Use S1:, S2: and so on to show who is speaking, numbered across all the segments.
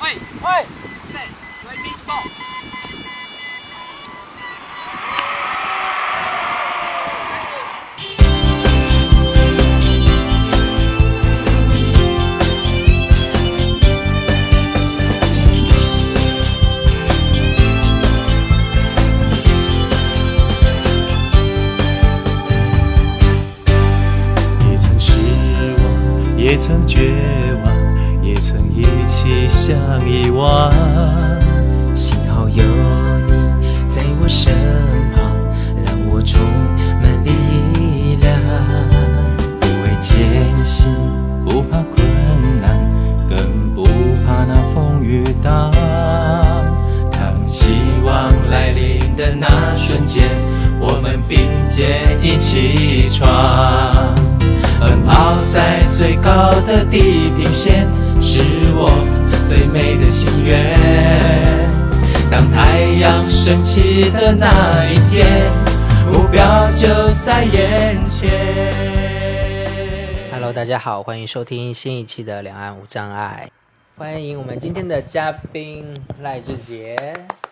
S1: Hey!
S2: Set. Where this ball?
S3: Hey 也曾失望，也曾绝望，也曾一起想遗忘。
S4: 幸好有你在我身旁，让我充满力量。
S3: 不畏艰辛，不怕困难，更不怕那风雨荡。当希望来临的那瞬间，我们并肩一起闯。奔跑在最高的地平线，是我最美的心愿。当太阳升起的那一天，目标就在眼前。
S4: Hello，大家好，欢迎收听新一期的《两岸无障碍》，欢迎我们今天的嘉宾赖志杰。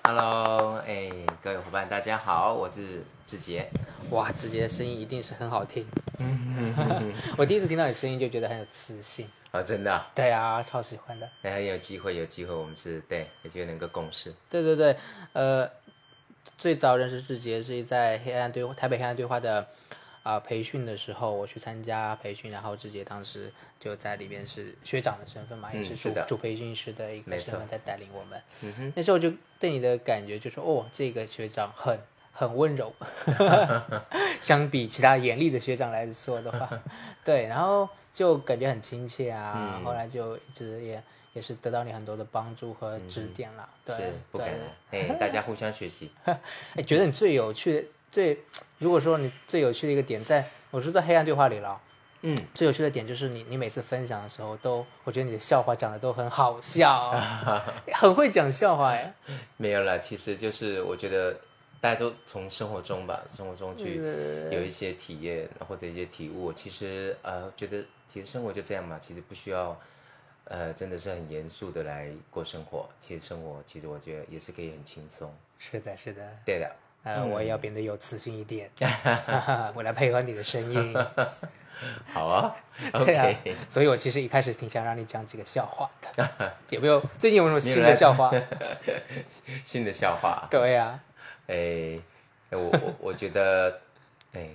S5: Hello，哎，各位伙伴，大家好，我是志杰。
S4: 哇，志杰的声音一定是很好听。 我第一次听到你声音就觉得很有磁性。
S5: 啊，真的、啊，
S4: 对啊，超喜欢的。
S5: 哎，很有机会，有机会，我们是对，有机会能够共事。
S4: 对对对，呃，最早认识志杰是在黑暗对台北黑暗对话的啊、培训的时候，我去参加培训，然后志杰当时就在里边是学长的身份嘛，也
S5: 嗯
S4: 是主
S5: 是的
S4: 主培训师的一个
S5: 没
S4: 身份
S5: 错
S4: 在带领我们。
S5: 嗯哼，
S4: 那时候就对你的感觉就是，哦，这个学长很很 温柔，相比其他严厉的学长来说的 话，对，然后就感觉很亲切啊。
S5: 嗯
S4: 后来就一直也也是得到你很多的帮助和
S5: 嗯
S4: 指点啦。对
S5: 是，不
S4: 对
S5: 敢，了。哎，大家互相学 习。
S4: 哎，觉得你最有趣的最，如果说你最有趣的一个点在，我是在黑暗对话里了。
S5: 嗯，
S4: 最有趣的点就是你，你每次分享的时候都，我觉得你的笑话讲的都很好 笑，很会讲笑话哎。
S5: 没有了，其实就是我觉得大家都从生活中吧，生活中去有一些体验或者一些体悟。其实呃，觉得其实生活就这样嘛，其实不需要呃，真的是很严肃的来过生活。其实生活，其实我觉得也是可以很轻松。
S4: 是的，是的，
S5: 对的，
S4: 呃，我也要变得有磁性一点， 我来配合你的声 音。
S5: 好啊
S4: 对啊
S5: ，OK。
S4: 所以我其实一开始挺想让你讲几个笑话 的，有没有？最近有没有新的笑话？
S5: 新的笑话，
S4: 对啊 呀、
S5: 哎，我我我觉得，哎，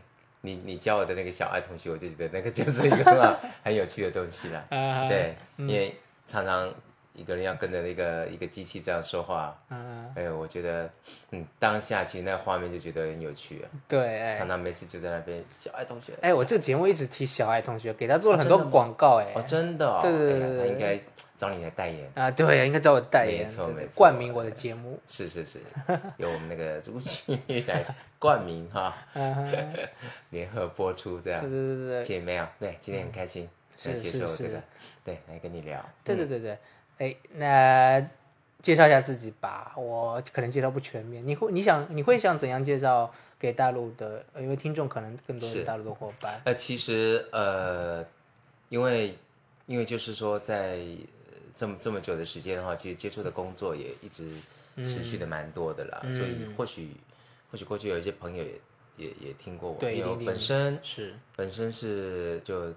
S5: 你你教我的那个小爱同学，我就觉得那个就是一个 很好很有趣的东西啦。
S4: 啊，，
S5: 对，因为常常一个人要跟着一个一个机器这样说话，
S4: 嗯，
S5: 哎，我觉得，嗯，当下其实那画面就觉得很有趣啊，
S4: 对，哎
S5: 常，常没事就在那边小爱同学，
S4: 哎，我这个节目一直提小爱同学，给他做了很
S5: 哦
S4: 多
S5: 真的吗
S4: 广告，哎
S5: 哦，，真的哦，
S4: 对对
S5: 哎呀
S4: 对
S5: 他
S4: 对
S5: 应该找你来代言。
S4: 啊，对，应该找我代言，
S5: 没错
S4: 对对
S5: 没错
S4: 冠名我的节目，
S5: 是是 是，由我们那个朱旭来冠名哈，
S4: 嗯 哼，
S5: 联合播出这样。
S4: 对对对对，
S5: 姐妹啊，对，今天很开心，
S4: 是
S5: 来接
S4: 是
S5: 受
S4: 是
S5: 这个，对，来跟你聊，嗯
S4: 对对对对，哎，那介绍一下自己吧，我可能介绍不全面。你会你想你会想怎样介绍给大陆的？呃因为听众可能更多是
S5: 是
S4: 大陆的伙伴。
S5: 呃，其实呃，因为因为就是说在呃这么这么久的时间的话，其实接触的工作也一直持续的蛮多的啦，
S4: 嗯
S5: 所以或许或许过去有一些朋友也也也听过我，
S4: 对
S5: 因为
S4: 一
S5: 我
S4: 定
S5: 本身
S4: 是
S5: 本身是就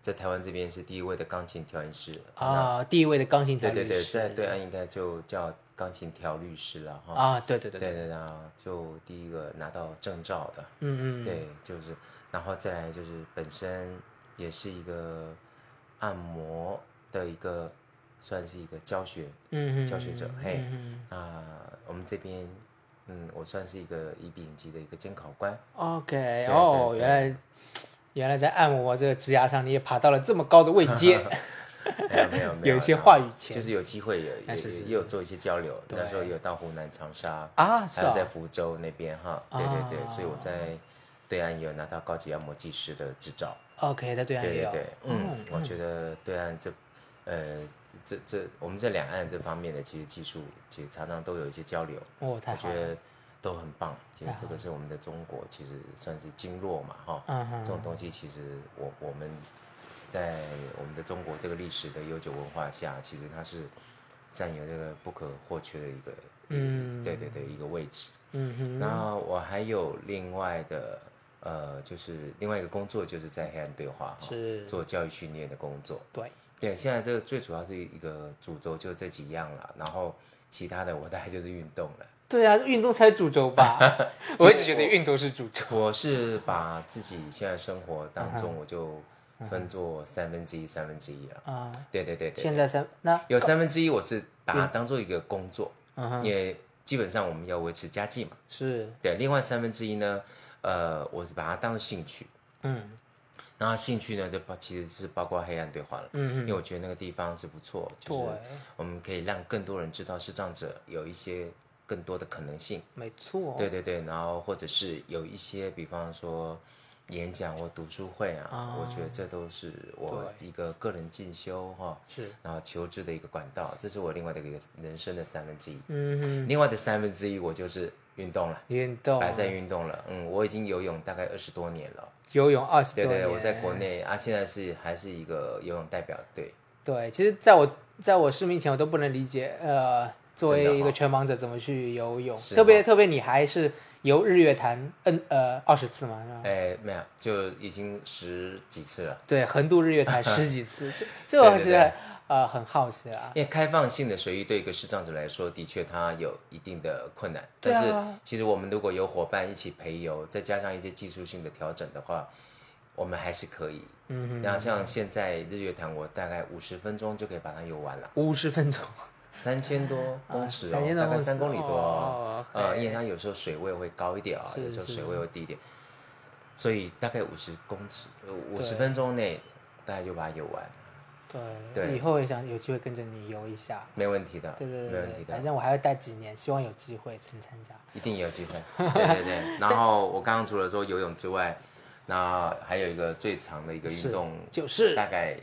S5: 在台湾这边是第一位的钢琴调音师那
S4: 啊，第一位的钢琴调
S5: 对
S4: 音
S5: 对对，
S4: 师
S5: 在对岸应该就叫钢琴调律师了哈。
S4: 啊，对对对
S5: 对
S4: 对，
S5: 对对啊，就第一个拿到证照的，
S4: 嗯嗯，
S5: 对，就是，然后再来就是本身也是一个按摩的一个，算是一个教学
S4: 嗯嗯，
S5: 教学者
S4: 嗯，
S5: 嘿，
S4: 嗯
S5: 那、我们这边，嗯，我算是一个乙丙级的一个监考 官，
S4: ，OK，
S5: 对
S4: 哦，
S5: 对
S4: 原来原来在按摩这个职涯上，你也爬到了这么高的位 阶，
S5: 没有没有没
S4: 有
S5: 有，
S4: 一些
S5: 然后
S4: 话语权
S5: 就是有机会也
S4: 哎
S5: 也
S4: 是是
S5: 也有做一些交流，
S4: 对
S5: 那时候也有到湖南长沙
S4: 啊是
S5: 还有
S4: 啊
S5: 在福州那边哈，对对对，
S4: 啊
S5: 所以我在对岸也有拿到高级按摩技师的执照。
S4: OK，在对岸
S5: 对
S4: 也
S5: 对
S4: 有，
S5: 对，嗯，我觉得对岸这，呃，这这我们在两岸这方面的其实技术，其实常常都有一些交流，
S4: 哦，太
S5: 我
S4: 好
S5: 觉
S4: 了，
S5: 得都很棒。其实
S4: 太好
S5: 这个是我们的中国，其实算是经络嘛，哈，
S4: 嗯哼
S5: 这种东西其实我我们在我们的中国这个历史的悠久文化下，其实它是占有这个不可或缺的一个，
S4: 嗯
S5: 对对对，一个位置。
S4: 嗯哼，
S5: 那我还有另外的，呃，就是另外一个工作，就是在黑暗对话哈，
S4: 是
S5: 做教育训练的工作。
S4: 对，
S5: 对，现在这个最主要是一个主轴，就这几样了，然后其他的我大概就是运动了。
S4: 对啊，运动才是主轴 吧？我一直觉得运动是主轴。
S5: 我是把自己现在生活当
S4: 嗯
S5: 中，我就分作三分之一、三分之一了。
S4: 啊、
S5: 对对对对，
S4: 嗯现在三那
S5: 有三分之一我是把它当做一个工作，
S4: 嗯哼
S5: 也基本上我们要维持家计嘛。
S4: 是
S5: 对，另外三分之一呢，呃，我是把它当做兴趣，
S4: 嗯
S5: 然后兴趣呢就包其实是包括黑暗对话了，
S4: 嗯
S5: 因为我觉得那个地方是不错，就
S4: 对
S5: 是，我们可以让更多人知道视障者有一些更多的可能性。
S4: 没错，
S5: 对对对，然后或者是有一些，比方说演讲或读书会啊，
S4: 啊
S5: 我觉得这都是我一个个人进修哈、
S4: 是
S5: 然后求知的一个管道，这是我另外的一个人生的三分之一。
S4: 嗯哼，哦
S5: 另外的三分之一我就是运动了，
S4: 运动
S5: 摆在运动了。嗯，我已经游泳大概二十多年了。
S4: 游泳二十
S5: 对
S4: 多
S5: 对，
S4: 年
S5: 我在国内啊，现在是还是一个游泳代表队。
S4: 对，其实在我在我失明前，我都不能理解，呃，作
S5: 真的
S4: 为一
S5: 哦
S4: 个全盲者怎么去游泳，
S5: 是
S4: 特别
S5: 哦
S4: 特别你还是游日月潭 n 呃二十次嘛，是吧？
S5: 哎，没有，就已经十几次了。
S4: 对，横渡日 月潭十几次，这这
S5: 对
S4: 我
S5: 对
S4: 是
S5: 对
S4: 呃很好奇啊。
S5: 因为开放性的水域对一个视障者来说，的确它有一定的困难。
S4: 对啊
S5: 但是其实我们如果有伙伴一起陪游，再加上一些技术性的调整的话，我们还是可以。
S4: 嗯哼，
S5: 然后像现在日月潭，我大概五十分钟就可以把它游完了，
S4: 五十分钟，
S5: 三千多公尺哦，
S4: 3000多啊
S5: 大概
S4: 公尺
S5: 三公里多
S4: 哦，OK
S5: 呃，因为它有时候水位会高一点啊、
S4: 是
S5: 有时候
S4: 是
S5: 水位会低一点，所以大概五十公尺，呃五十
S4: 对
S5: 分钟内大概就把它游完，
S4: 对，
S5: 对
S4: 以后也想有机会跟着你游一下。
S5: 没问题的，
S4: 对对
S5: 没
S4: 对
S5: 问题
S4: 对，
S5: 的。
S4: 反正我还要待几年，希望有机会能参加。
S5: 一定有机 会。对对对。然后我刚刚除了说游泳之外，那还有一个最长的一个
S4: 是
S5: 运动，
S4: 就是
S5: 大概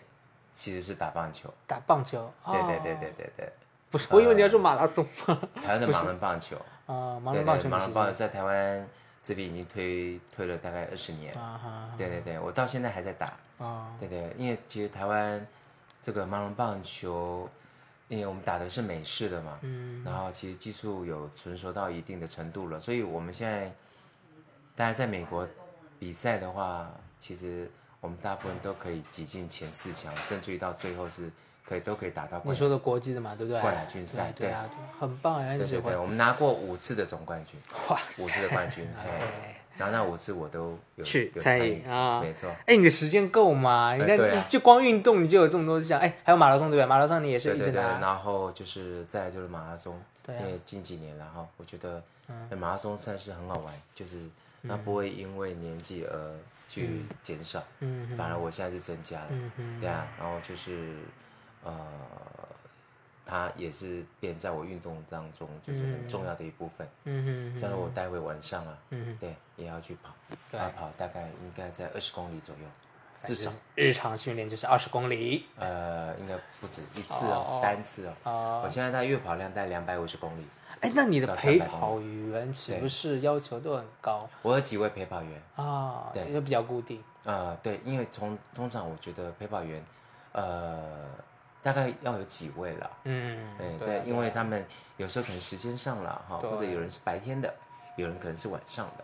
S5: 其实是打棒球。
S4: 打棒球。
S5: 对对
S4: 哦
S5: 对对，对对，
S4: 不是，我以为你要说马拉松啊，
S5: 台湾的盲人棒球，
S4: 啊盲
S5: 对
S4: 人
S5: 对
S4: 棒
S5: 盲
S4: 球你
S5: 人
S4: 是
S5: 棒球在台湾这边已经推推了大概二十年。
S4: 啊哈
S5: 对对对，我到现在还在打。
S4: 啊，
S5: 对对，因为其实台湾这个盲人棒球，因为我们打的是美式的嘛，
S4: 嗯，
S5: 然后其实技术有成熟到一定的程度了，所以我们现在大家在美国比赛的话，其实我们大部分都可以挤进前四强，甚至于到最后是可以都可以打到
S4: 你
S5: 冠军。
S4: 说的国际的嘛，对不对？
S5: 冠亚军赛
S4: 对啊，对啊很棒啊，
S5: 对
S4: 指
S5: 对
S4: 挥
S5: 对，我们拿过五次的总冠军，
S4: 哇，
S5: 五次的冠 军，哎，然后那五次我都有
S4: 去
S5: 有
S4: 参与
S5: 与
S4: 啊
S5: 没错。
S4: 哎，你的时间够吗？你看，
S5: 对啊
S4: 就光运动你就有这么多项，哎，还有马拉松对吧？马拉松你也是
S5: 对
S4: 一
S5: 对
S4: 直
S5: 对，
S4: 拿，
S5: 然后就是再来就是马拉松，
S4: 对啊嗯
S5: 因为近几年然后我觉得哎马拉松赛事很好玩，就是它不会因为年纪而去减少，
S4: 嗯
S5: 反而我现在是增加了，对啊，然后就是呃，它也是变在我运动当中就是很重要的一部分，
S4: 嗯哼
S5: 像是我待会晚上啊，
S4: 嗯
S5: 对，也要去跑，
S4: 对
S5: 要跑大概应该在二十公里左右，至少
S4: 日常训练就是二十公里
S5: 呃应该不止一次
S4: 哦
S5: 哦，单次哦。
S4: 啊
S5: 我。现在在月跑量在两百五十公里，
S4: 哎，那你的
S5: 到300
S4: 陪
S5: 公里
S4: 跑员岂不
S5: 对
S4: 是要求都很高
S5: 我有几位陪跑员，
S4: 啊？
S5: 对
S4: 就比较固定。
S5: 呃，对，因为从通常我觉得陪跑员，呃，大概要有几位了，
S4: 嗯，
S5: 对
S4: 对啊，
S5: 因为他们有时候可能时间上了哈，
S4: 对
S5: 或者有人是白天的，有人可能是晚上的，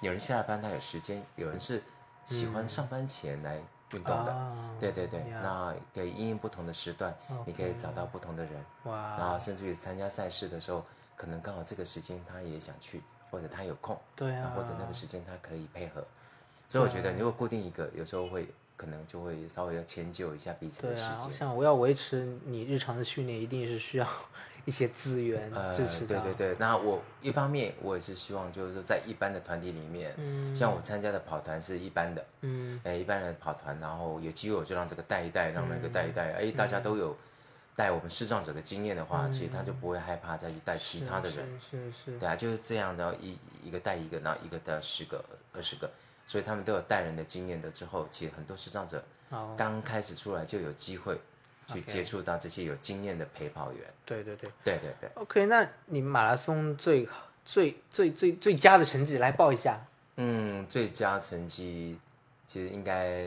S5: 有人下了班他有时间，有人是喜欢上班前来运动的，
S4: 啊
S5: 对对对，
S4: 呀
S5: 那可以因应不同的时段，你可以找到不同的人，然
S4: 哇
S5: 后，甚至于参加赛事的时候，可能刚好这个时间他也想去，或者他有空，
S4: 对啊
S5: 然后或者那个时间他可以配合。所以我觉得，如果固定一个，有时候会可能就会稍微要迁就一下彼此
S4: 对
S5: 的时
S4: 啊，
S5: 间。
S4: 像我要维持你日常的训练，一定是需要一些资源
S5: 呃，
S4: 支持
S5: 对
S4: 的
S5: 对对，那我一方面我也是希望，就是说在一般的团体里面，像我参加的跑团是一般的，
S4: 嗯，
S5: 哎，一般人跑团，然后有机会我就让这个带一带，让那个带
S4: 嗯
S5: 一带，哎，大家都有带我们视障者的经验的话，其实他就不会害怕再去带其他的人，
S4: 嗯是是是，
S5: 对啊，就是这样，然后一一个带一个，然后一个带十个、二十个，所以他们都有带人的经验的。之后，其实很多视障者
S4: 好，
S5: 刚开始出来就有机会去
S4: 哦 OK
S5: 接触到这些有经验的陪跑员。
S4: 对对对。
S5: 对对对，
S4: OK，那你马拉松最最最最最佳的成绩来报一下。
S5: 嗯，最佳成绩其实应该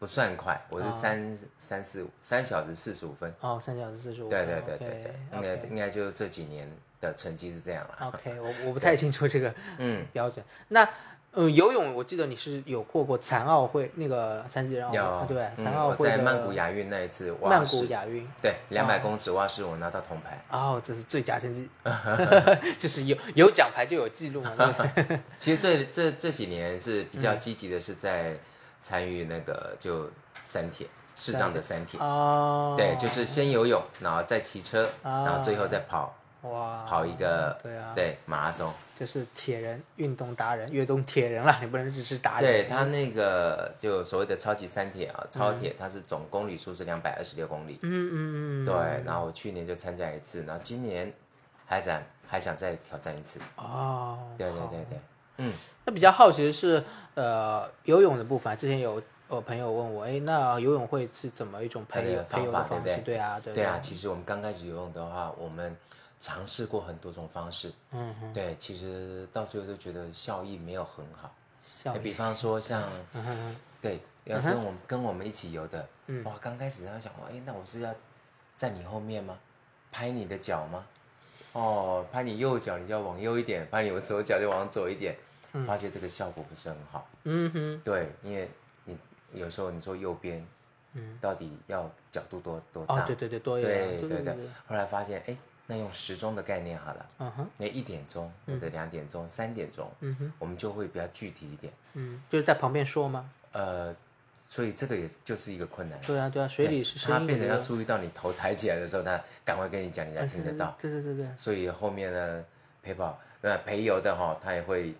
S5: 不算快，我是三三四三小时四十五分。
S4: 哦，三小时四十五
S5: 对
S4: 分。
S5: 对对对对，应该
S4: OK，OK
S5: 应该就这几年的成绩是这样了。
S4: OK，我我不太清楚这个
S5: 嗯，
S4: 标准。那呃，游泳我记得你是有过过残奥会那个残疾人奥运
S5: 要
S4: 啊对
S5: 嗯
S4: 残奥
S5: 我
S4: 会
S5: 在
S4: 的
S5: 曼谷亚运那一次蛙
S4: 曼
S5: 式
S4: 谷亚运。
S5: 对两百公尺蛙式我拿到铜牌。
S4: 哦，这是最佳成 绩，就是有有奖牌就有记录嘛。对不对
S5: 其实这这这几年是比较积极的，是在参与那个就三铁视障的三铁。
S4: 哦，
S5: 对，就是先游泳，然后再骑车，
S4: 啊
S5: 然后最后再跑
S4: 哇，
S5: 跑一个
S4: 对啊，，
S5: 对马拉松。
S4: 就是铁人运动达人，运动铁人 了，你不能只是达人。
S5: 对他那个就所谓的超级三铁啊，超铁它是总公里数是两百二十六公里。
S4: 嗯，嗯嗯嗯，
S5: 对，然后我去年就参加一次，然后今年还想还想再挑战一次。
S4: 哦，
S5: 对对
S4: 好
S5: 对对，
S4: 那比较好奇的是，呃，游泳的部分啊，之前有我朋友问我，哎，那游泳会是怎么一种
S5: 它
S4: 培友
S5: 的
S4: 培
S5: 方
S4: 友
S5: 法
S4: 的方
S5: 对
S4: 式？
S5: 不对
S4: 对啊，对
S5: 对啊，，其实我们刚开始游泳的话，我们尝试过很多种方式。
S4: 嗯哼，
S5: 对，其实到最后都觉得效益没有很好。
S4: 效
S5: 哎
S4: 率，
S5: 比方说 像，
S4: 嗯哼哼，嗯
S5: 对，要跟我们跟我们一起游的，哇，刚开始他想，哎，那我是要站你后面吗？拍你的脚吗？哦，拍你右脚，你就要往右一点；拍你左脚就往左一点。发觉这个效果不是很好。
S4: 嗯哼，
S5: 对，因为你有时候你坐右边，嗯，到底要角度多多大？
S4: 哦，对对对，多一
S5: 对
S4: 点，
S5: 对
S4: 对
S5: 对，后来发现，哎，那用时钟的概念好了，
S4: 嗯哼，
S5: 那一点钟或者两点钟、三点钟，
S4: 嗯哼，
S5: 我们就会比较具体一点。
S4: 嗯，就是在旁边说吗？
S5: 呃，所以这个也是就是一个困难。
S4: 对啊，对啊，水里是
S5: 他
S4: 声音
S5: 变
S4: 的呃
S5: 成要注意到你头抬起来的时候，他赶快跟你讲，你才听得到。
S4: 对对对对，
S5: 所以后面呢，陪跑那陪游的哈、他也会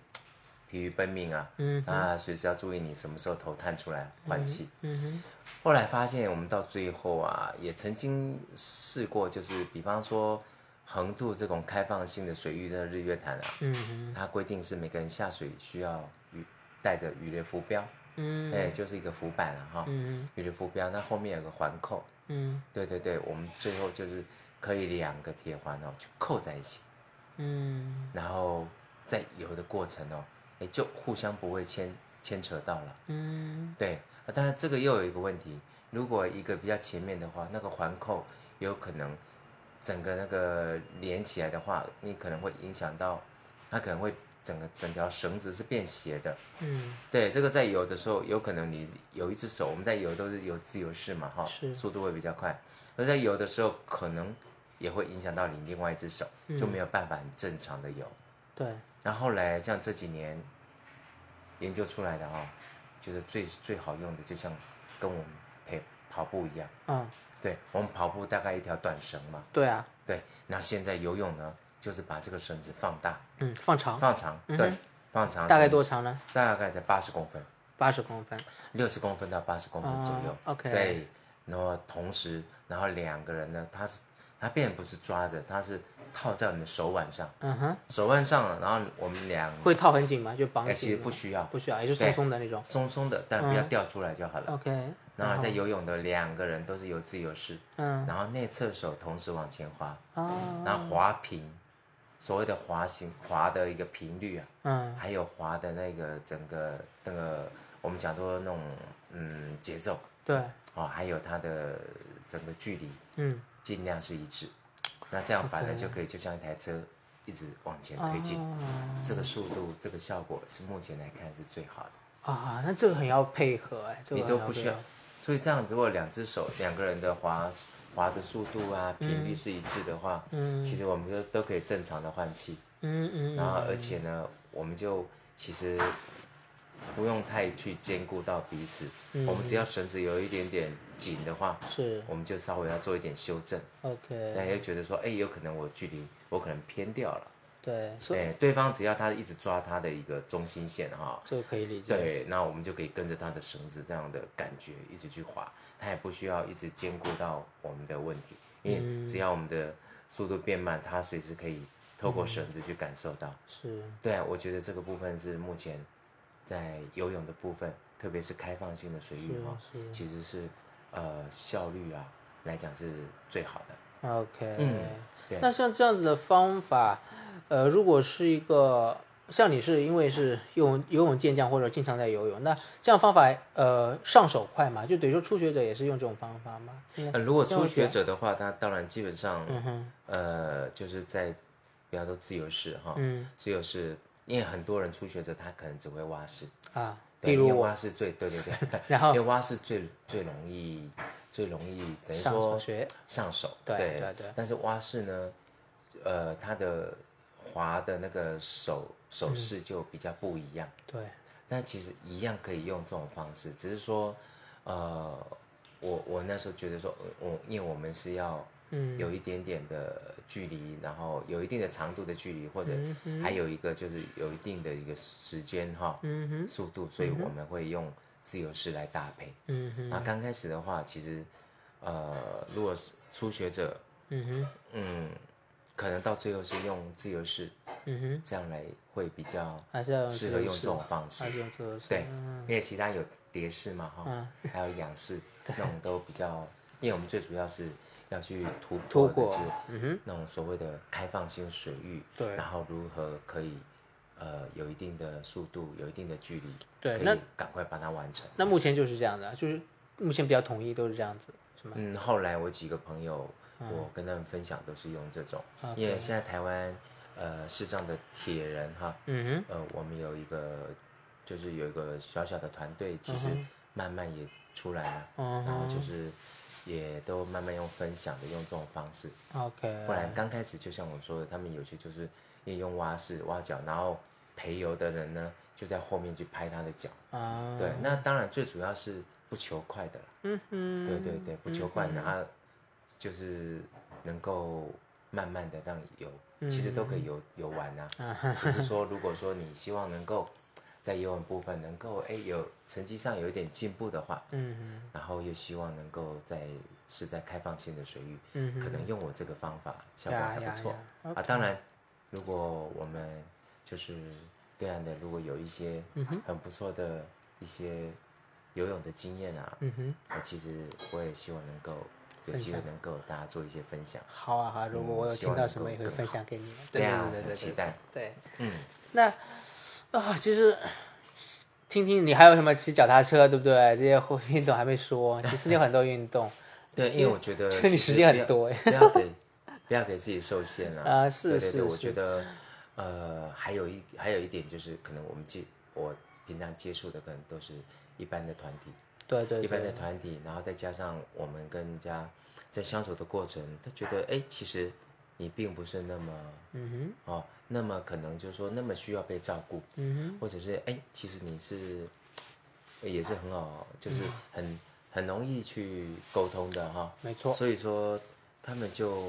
S5: 疲于奔命啊，
S4: 嗯
S5: 啊，随时要注意你什么时候头探出来换气。
S4: 嗯哼，
S5: 后来发现，我们到最后啊，也曾经试过，就是比方说横渡这种开放性的水域的日月潭啊，
S4: 嗯哼，
S5: 它规定是每个人下水需要鱼带着鱼雷浮标，
S4: 嗯
S5: 哎、就是一个浮板了、哈，
S4: 嗯
S5: 鱼雷浮标，那后面有个环扣，
S4: 嗯
S5: 对对对，我们最后就是可以两个铁环哦，就扣在一起，
S4: 嗯
S5: 然后在游的过程哦，哎，就互相不会牵牵扯到了。
S4: 嗯，
S5: 对，啊当然这个又有一个问题，如果一个比较前面的话，那个环扣有可能整个那个连起来的话，你可能会影响到，它可能会整个整条绳子是变斜的。
S4: 嗯
S5: 对，这个在游的时候，有可能你有一只手，我们在游都是游自由式嘛，哈，
S4: 是
S5: 速度会比较快，而在游的时候可能也会影响到你另外一只手，
S4: 嗯
S5: 就没有办法很正常的游。
S4: 对，
S5: 然后后来像这几年研究出来的哈、觉得最最好用的就像跟我们陪跑步一样，
S4: 嗯
S5: 对我们跑步大概一条短绳嘛，
S4: 对啊，
S5: 对，那现在游泳呢，就是把这个绳子放大
S4: 嗯，放长
S5: 放长，对，放长，
S4: 嗯大概多长呢？
S5: 大概在八十公分，
S4: 八十公分。
S5: 六十公分到八十公嗯分左右、
S4: 哦，OK
S5: 对，然后同时，然后两个人呢，他是他并不是抓着，他是套在我们的手腕上，
S4: 嗯哼，
S5: 手腕上了，然后我们俩
S4: 会套很紧吗？就绑
S5: 哎其
S4: 紧
S5: 实
S4: 吗？
S5: 不需要，
S4: 不需要，也是
S5: 对
S4: 松松的那种。
S5: 松松的，但不要掉出来就好了。
S4: OK，啊
S5: 然后在游泳的两个人都是有自由式，
S4: 嗯
S5: 然后内侧手同时往前滑，
S4: 啊
S5: 然后滑平，所谓的滑行滑的一个频率啊，
S4: 嗯
S5: 还有滑的那个整个那个我们讲说那种嗯节奏
S4: 对
S5: 啊、哦，还有它的整个距离
S4: 嗯
S5: 尽量是一致，那这样反而就可以就像一台车一直往前推进，
S4: 啊
S5: 这个速度这个效果是目前来看是最好的。
S4: 啊，那这个很要配合哎，这个
S5: 你
S4: 很
S5: 都
S4: 要
S5: 不
S4: 配
S5: 需要
S4: 合。
S5: 所以这样，如果两只手两个人的滑滑的速度啊、频率是一致的话，
S4: 嗯
S5: 其实我们就都可以正常的换气，
S4: 嗯嗯
S5: 然后而且呢，我们就其实不用太去兼顾到彼此，
S4: 嗯
S5: 我们只要绳子有一点点紧的话，
S4: 是
S5: 我们就稍微要做一点修正，大家
S4: OK，
S5: 就觉得说，哎，有可能我距离我可能偏掉了，哎
S4: 对，所以
S5: 对，对方只要他一直抓他的一个中心线哈，
S4: 这个可以理解。
S5: 对，那我们就可以跟着它的绳子这样的感觉一直去滑，它也不需要一直兼顾到我们的问题，因为
S4: 嗯
S5: 只要我们的速度变慢，它随时可以透
S4: 嗯
S5: 过绳子去感受到。
S4: 是
S5: 对啊，我觉得这个部分是目前在游泳的部分，特别是开放性的水域哈、
S4: 是啊是
S5: 其实是呃效率啊来讲是最好的。
S4: OK，
S5: 嗯对
S4: 那像这样子的方法，呃，如果是一个像你是因为是游泳游泳健将或者经常在游泳，那这样方法呃上手快嘛？就等于说初学者也是用这种方法嘛？嗯
S5: 呃，如果
S4: 这样
S5: 初学
S4: 学
S5: 者的话，他当然基本上，
S4: 嗯哼
S5: 呃，就是在，比方说自由式哈，
S4: 嗯
S5: 自由式，因为很多人初学者他可能只会蛙式，
S4: 啊，
S5: 对，
S4: 例如
S5: 因为
S4: 我
S5: 蛙式最对对对，
S4: 然后
S5: 因为蛙式最最容易最容易等于
S4: 上
S5: 说
S4: 手学
S5: 上手，
S4: 对
S5: 对
S4: 对对
S5: 但是蛙式呢，呃，它的滑的那个手手
S4: 嗯
S5: 势就比较不一样，
S4: 对，
S5: 但其实一样可以用这种方式，只是说，呃，我我那时候觉得说，呃我因为我们是要
S4: 嗯
S5: 有一点点的距离，然后有一定的长度的距离，或者
S4: 嗯
S5: 还有一个就是有一定的一个时间哈，
S4: 嗯哼
S5: 速度，所以我们会用自由式来搭配。
S4: 嗯哼
S5: 啊，刚开始的话，其实呃，如果是初学者，
S4: 嗯哼
S5: 嗯，可能到最后是用自由式，
S4: 嗯哼，
S5: 这样来会比较
S4: 还是要用
S5: 适
S4: 自
S5: 合
S4: 由
S5: 用
S4: 式
S5: 这种
S4: 嘛
S5: 方式
S4: 还。是用自由式
S5: 对，
S4: 嗯
S5: 因为其他有蝶式嘛哈， 还有仰式那种都比较，因为我们最主要是要去突
S4: 突
S5: 破的
S4: 破
S5: 是
S4: 嗯哼
S5: 那种所谓的开放性水域，
S4: 对
S5: 然后如何可以呃有一定的速度，有一定的距离，
S4: 对
S5: 可
S4: 那
S5: 以赶快把它完成。
S4: 那目前就是这样的，就是目前比较统一都是这样子，是吗？
S5: 嗯，后来我几个朋友，我跟他们分享都是用这种，
S4: 嗯啊 OK
S5: 因为现在台湾呃视障的铁人哈，
S4: 嗯
S5: 呃，我们有一个就是有一个小小的团队，其实慢慢也出来了，
S4: 嗯
S5: 然后就是也都慢慢用分享的用这种方式。
S4: 哼，OK，
S5: 不然刚开始就像我说的，他们有些就是也用蛙式蛙脚，然后陪游的人呢就在后面去拍他的脚。
S4: 啊，
S5: 对，那当然最主要是不求快的啦。
S4: 嗯哼，
S5: 对对对，不求快，然后就是能够慢慢的让游，
S4: 嗯
S5: 其实都可以游游完呐、
S4: 啊
S5: 只是说，如果说你希望能够在游泳部分能够哎有成绩上有一点进步的话，
S4: 嗯
S5: 然后又希望能够在是在开放性的水域，
S4: 嗯
S5: 可能用我这个方法效果
S4: 呀
S5: 还
S4: 呀
S5: 不错
S4: 呀
S5: 啊。当然，如果我们就是对岸的，如果有一些
S4: 嗯
S5: 很不错的一些游泳的经验啊，
S4: 嗯哼，
S5: 那其实我也希望能够有
S4: 分
S5: 机会
S4: 享
S5: 能够大家做一些分享。
S4: 好啊好啊，如果我有
S5: 嗯希
S4: 听
S5: 望
S4: 到
S5: 能
S4: 什么
S5: 够
S4: 也会
S5: 更
S4: 分
S5: 好
S4: 享给你们，
S5: 对
S4: 对
S5: 啊
S4: 对对
S5: 很
S4: 对，
S5: 期
S4: 对
S5: 待
S4: 对，
S5: 嗯，
S4: 那啊，其实听听你还有什么骑脚踏车，对不对？这些运动还没说，其实你有很多 运动
S5: 对，因为我觉 得
S4: 你
S5: 其
S4: 时
S5: 实
S4: 间
S5: 不
S4: 很
S5: 要
S4: 多哎
S5: 不要给不要给自己受限了
S4: 啊是
S5: 对对对，
S4: 是
S5: 我
S4: 是
S5: 觉得呃，还有一还有一点就是，可能我们接我平常接触的可能都是一般的团体，
S4: 对对
S5: 一般的
S4: 对，
S5: 团体，然后再加上我们跟人家在相处的过程，他觉得哎，其实你并不是那么
S4: 嗯
S5: 哦，那么可能就是说那么需要被照顾，
S4: 哼，嗯
S5: 或者是哎，其实你是也是很好，就是很很容易去沟通的哈。
S4: 嗯没错
S5: 所以说他们就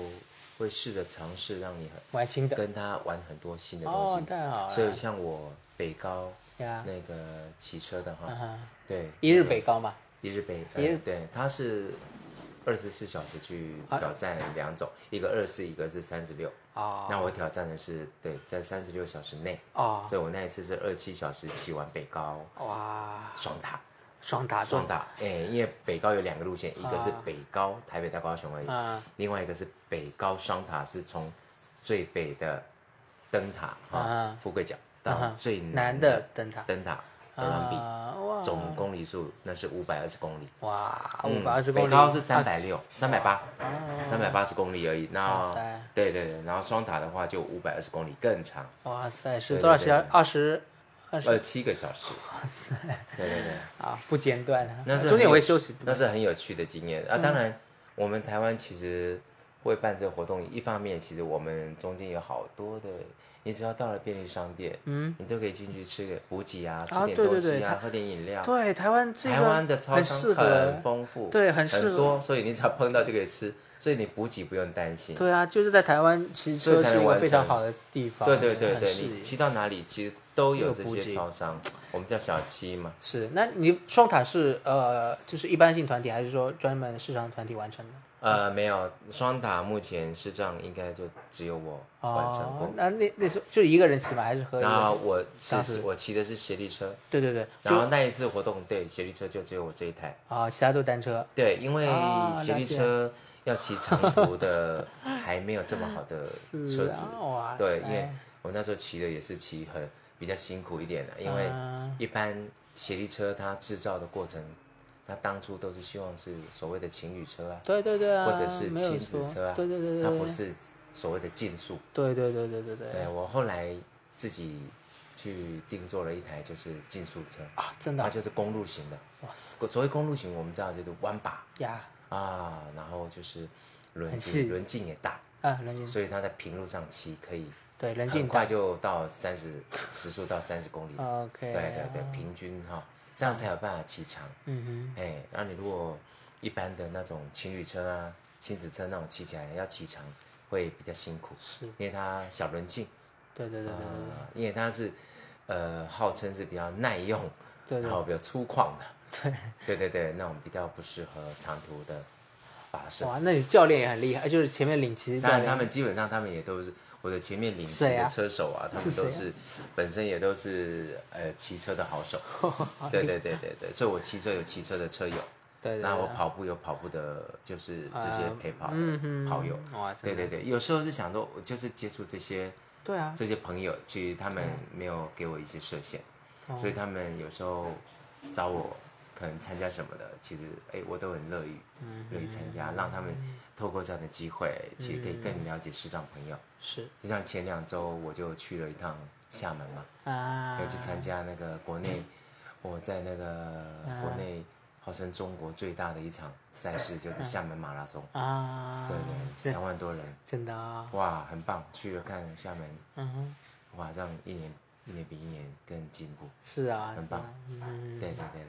S5: 会试着尝试让你
S4: 哼，玩新
S5: 很
S4: 的
S5: 跟他玩很多新的
S4: 哦
S5: 东，西。
S4: 太好了，
S5: 所以像我北高
S4: 呀，
S5: 那个骑车的
S4: 啊
S5: 哈，
S4: 哈，
S5: 对，
S4: 一日
S5: 那个
S4: 北高嘛，
S5: 一日北，
S4: 一日
S5: 呃对，他是二十四小时去挑战两种，一个二四，一个是三十六。
S4: 啊
S5: 那我挑战的是对，在三十六小时内。
S4: 啊，
S5: 所以我那一次是二七小时骑完北高
S4: 哇，
S5: 双塔，
S4: 啊双打
S5: 双塔，哎、因为北高有两个路线，一个是北高、台北到高雄而已，
S4: 啊
S5: 另外一个是北高双塔，是从最北的灯塔哈、
S4: 啊
S5: 富贵角
S4: 啊
S5: 到
S4: 哈
S5: 最
S4: 难
S5: 南
S4: 的
S5: 的
S4: 灯塔
S5: 灯塔鹅銮比，
S4: 啊，哇，
S5: 总公里数那是五百二十公里，
S4: 哇，
S5: 嗯
S4: 五百二十公里，
S5: 北高是
S4: 二
S5: 三
S4: 十哦
S5: 百六、三百八、三百八十公里而已。
S4: 哇
S5: 那
S4: 塞
S5: 对对对，然后双塔的话就五百二十公里更长，
S4: 哇塞，是
S5: 对
S4: 多少
S5: 对
S4: 时间
S5: 对？
S4: 二十，二十
S5: 二七个小时。哇塞！对对对。
S4: 啊，不间断啊，
S5: 那是
S4: 中
S5: 很
S4: 间也
S5: 有
S4: 会休息，对吧嗯
S5: 那是很有趣的经验啊。当然，我们台湾其实会办这个活动，一方面其实我们中间有好多的，你只要到了便利商店，嗯，你都可以进去吃个补给啊，吃
S4: 啊
S5: 点
S4: 对
S5: 东
S4: 对
S5: 西啊，
S4: 对它
S5: 喝点饮料。
S4: 对，台湾这个
S5: 台湾的超
S4: 很适
S5: 商
S4: 合
S5: 很，丰富，
S4: 对很适合
S5: 多，所以你只要碰到就可以吃，所以你补给不用担心。
S4: 对啊，就是在台湾骑
S5: 所以
S4: 车
S5: 才
S4: 是
S5: 能
S4: 一个
S5: 完
S4: 非常
S5: 成
S4: 好的地方，
S5: 对对对
S4: 很
S5: 对，
S4: 适
S5: 你
S4: 宜
S5: 骑到哪里其实都有
S4: 有
S5: 这
S4: 补给
S5: 些超商，我们叫小七嘛。
S4: 是。那你双塔是呃，就是一般性团体还是说专门市场团体完成的？
S5: 呃，没有双塔，目前是这样，应该就只有我完成过
S4: 哦。，那那那时候就是一个人骑吗？还是和一
S5: 那
S4: 个？
S5: 我
S4: 当
S5: 是
S4: 时
S5: 我骑的是斜力车，
S4: 对对对，
S5: 然
S4: 就
S5: 后那一次活动，对斜力车就只有我这一台。
S4: 啊，其他都单车。
S5: 对，因为
S4: 啊了
S5: 斜力
S4: 解
S5: 车要骑长途的，还没有这么好的
S4: 是
S5: 车子
S4: 啊。哇
S5: 对，
S4: 塞
S5: 因为我那时候骑的也是骑很比较辛苦一点
S4: 啊
S5: 的，因为一般协力车它制造的过程，它当初都是希望是所谓的情侣车啊，
S4: 对对对啊，
S5: 或者是
S4: 没有
S5: 亲子
S4: 错
S5: 车啊，
S4: 对对对对，
S5: 它
S4: 对
S5: 不是所谓的竞速。
S4: 对对对对对对
S5: 对我后来自己去定做了一台就是竞速车，
S4: 啊，真的
S5: 它
S4: 啊
S5: 就是公路型的。
S4: 哇塞
S5: 所谓公路型，我们知道就是弯把
S4: 呀
S5: 啊，然后就是轮
S4: 很细
S5: 径轮径也大，
S4: 啊，人静
S5: 所以它在平路上骑可以
S4: 对人
S5: 很
S4: 静
S5: 快就到三十时速到三十公里。对
S4: OK，
S5: 对对，平均哈、这样才有办法骑长。
S4: 嗯
S5: 哎，那你如果一般的那种情侣车啊、亲子车那种骑起来要骑长，会比较辛苦
S4: 哼，，是
S5: 因为它小轮径
S4: 对对对对
S5: 啊、因为它是呃号称是比较耐用，
S4: 对对
S5: 然后比较粗犷的，对对对那种比较不适合长途的跋
S4: 对，
S5: 涉。
S4: 哇，那你教练也很厉害，就是前面领骑的
S5: 当
S4: 教
S5: 然，
S4: 练，
S5: 他们基本上他们也都是我的前面领骑
S4: 谁啊
S5: 的车手啊，他们
S4: 是谁
S5: 都
S4: 啊
S5: 是本身也都是呃骑车的好 手。对对对对对，所以我骑车有骑车的车友，
S4: 对对，
S5: 那
S4: 对
S5: 我跑步有跑步的，就是这些
S4: 啊
S5: 陪跑
S4: 嗯哼
S5: 的跑友。
S4: 哇，真
S5: 对
S4: 的
S5: 对对，有时候是想说，我就是接触这些
S4: 啊对啊，嗯
S5: 这些朋友，其实他们没有给我一些设限，
S4: 哦
S5: 所以他们有时候找我可能参加什么的，其实哎我都很乐于
S4: 嗯
S5: 乐于参加，让他们透过这样的机会，其实可以
S4: 嗯
S5: 更了解视障朋友。
S4: 是
S5: 就像前两周我就去了一趟厦门嘛，
S4: 啊
S5: 要，去参加那个国内，我在那个
S4: 啊
S5: 国内号称中国最大的一场赛事，就是厦门马拉松。
S4: 啊，
S5: 对对，三万多人，
S4: 真的啊，
S5: 哇，很棒！去了看厦门，
S4: 嗯哼，
S5: 哇，这样一年一年比一年更进步。
S4: 是啊，
S5: 很
S4: 是
S5: 棒
S4: 啊，嗯，
S5: 对对对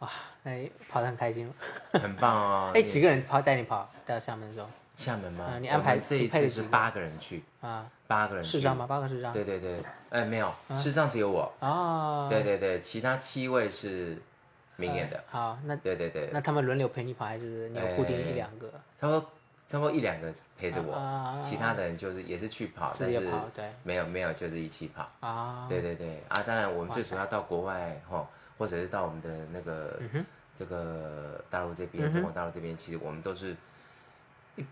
S4: 哇，那你跑得很开心吗。
S5: 对，很棒哦！
S4: 哎，
S5: 你
S4: 几个人跑带你跑到厦门的时候
S5: 厦门嘛，
S4: 啊你安排
S5: 我们这一
S4: 你配
S5: 次
S4: 了
S5: 是
S4: 几个
S5: 八个人去，
S4: 啊？
S5: 八个人去。
S4: 市长吗？？八个市长？
S5: 对对对，哎，没有，市长只有我。
S4: 啊，
S5: 对对对，其他七位是明年的。
S4: 呃好，那
S5: 对对对，
S4: 那他们轮流陪你跑，还是你有固定
S5: 哎
S4: 一两个？
S5: 差不多差不多一两个陪着我，
S4: 啊啊啊啊
S5: 其他的人就是也是去跑，
S4: 自
S5: 但
S4: 己
S5: 是
S4: 跑对
S5: 没有没有就是一起跑。
S4: 啊，
S5: 对对对啊，当然我们最主要到国外哈，或者是到我们的那个、
S4: 嗯
S5: 这个大陆这边，中国大陆这边，其实我们都是，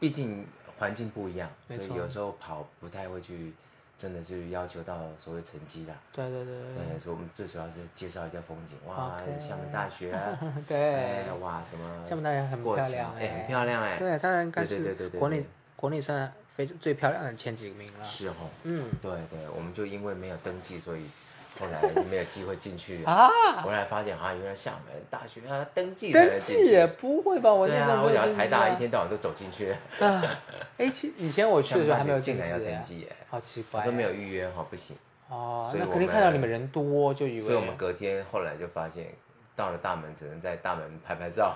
S5: 毕竟环境不一样，
S4: 没
S5: 所以
S4: 错
S5: 有时候跑不太会去真的去要求到所谓成绩啦。
S4: 对对对对
S5: 呃，所以我们最主要是介绍一下风景，哇
S4: OK
S5: 厦门大学 啊，
S4: 对
S5: 哎，哇，什么
S4: 厦门大学很
S5: 过
S4: 漂
S5: 程
S4: 亮
S5: 哎，
S4: 哎
S5: 很漂亮哎，
S4: 对，它应该
S5: 对对对
S4: 是
S5: 对对
S4: 国内
S5: 对
S4: 国内算非最漂亮的前几名了。
S5: 是哦，
S4: 嗯，
S5: 对对，我们就因为没有登记，所以后 来没有机会进去
S4: 啊。
S5: 后来发现啊，原来厦门大学啊，登记才
S4: 登
S5: 能进
S4: 记
S5: 去
S4: 也。不会吧？我
S5: 对
S4: 那时
S5: 啊，
S4: 候
S5: 我
S4: 没有
S5: 想
S4: 登记、啊。
S5: 台大一天到晚都走进 去，
S4: 啊，哎，其以前我去的时候还没有
S5: 竟
S4: 登
S5: 然要
S4: 记啊
S5: 登
S4: 耶，
S5: 记耶，
S4: 好奇怪
S5: 我
S4: 呀。
S5: 都没有预约哈，不行。
S4: 哦，
S5: 所以
S4: 那
S5: 我
S4: 肯定
S5: 们
S4: 看到你们人多就以为。
S5: 所以我们隔天后来就发现，到了大门只能在大门拍拍照，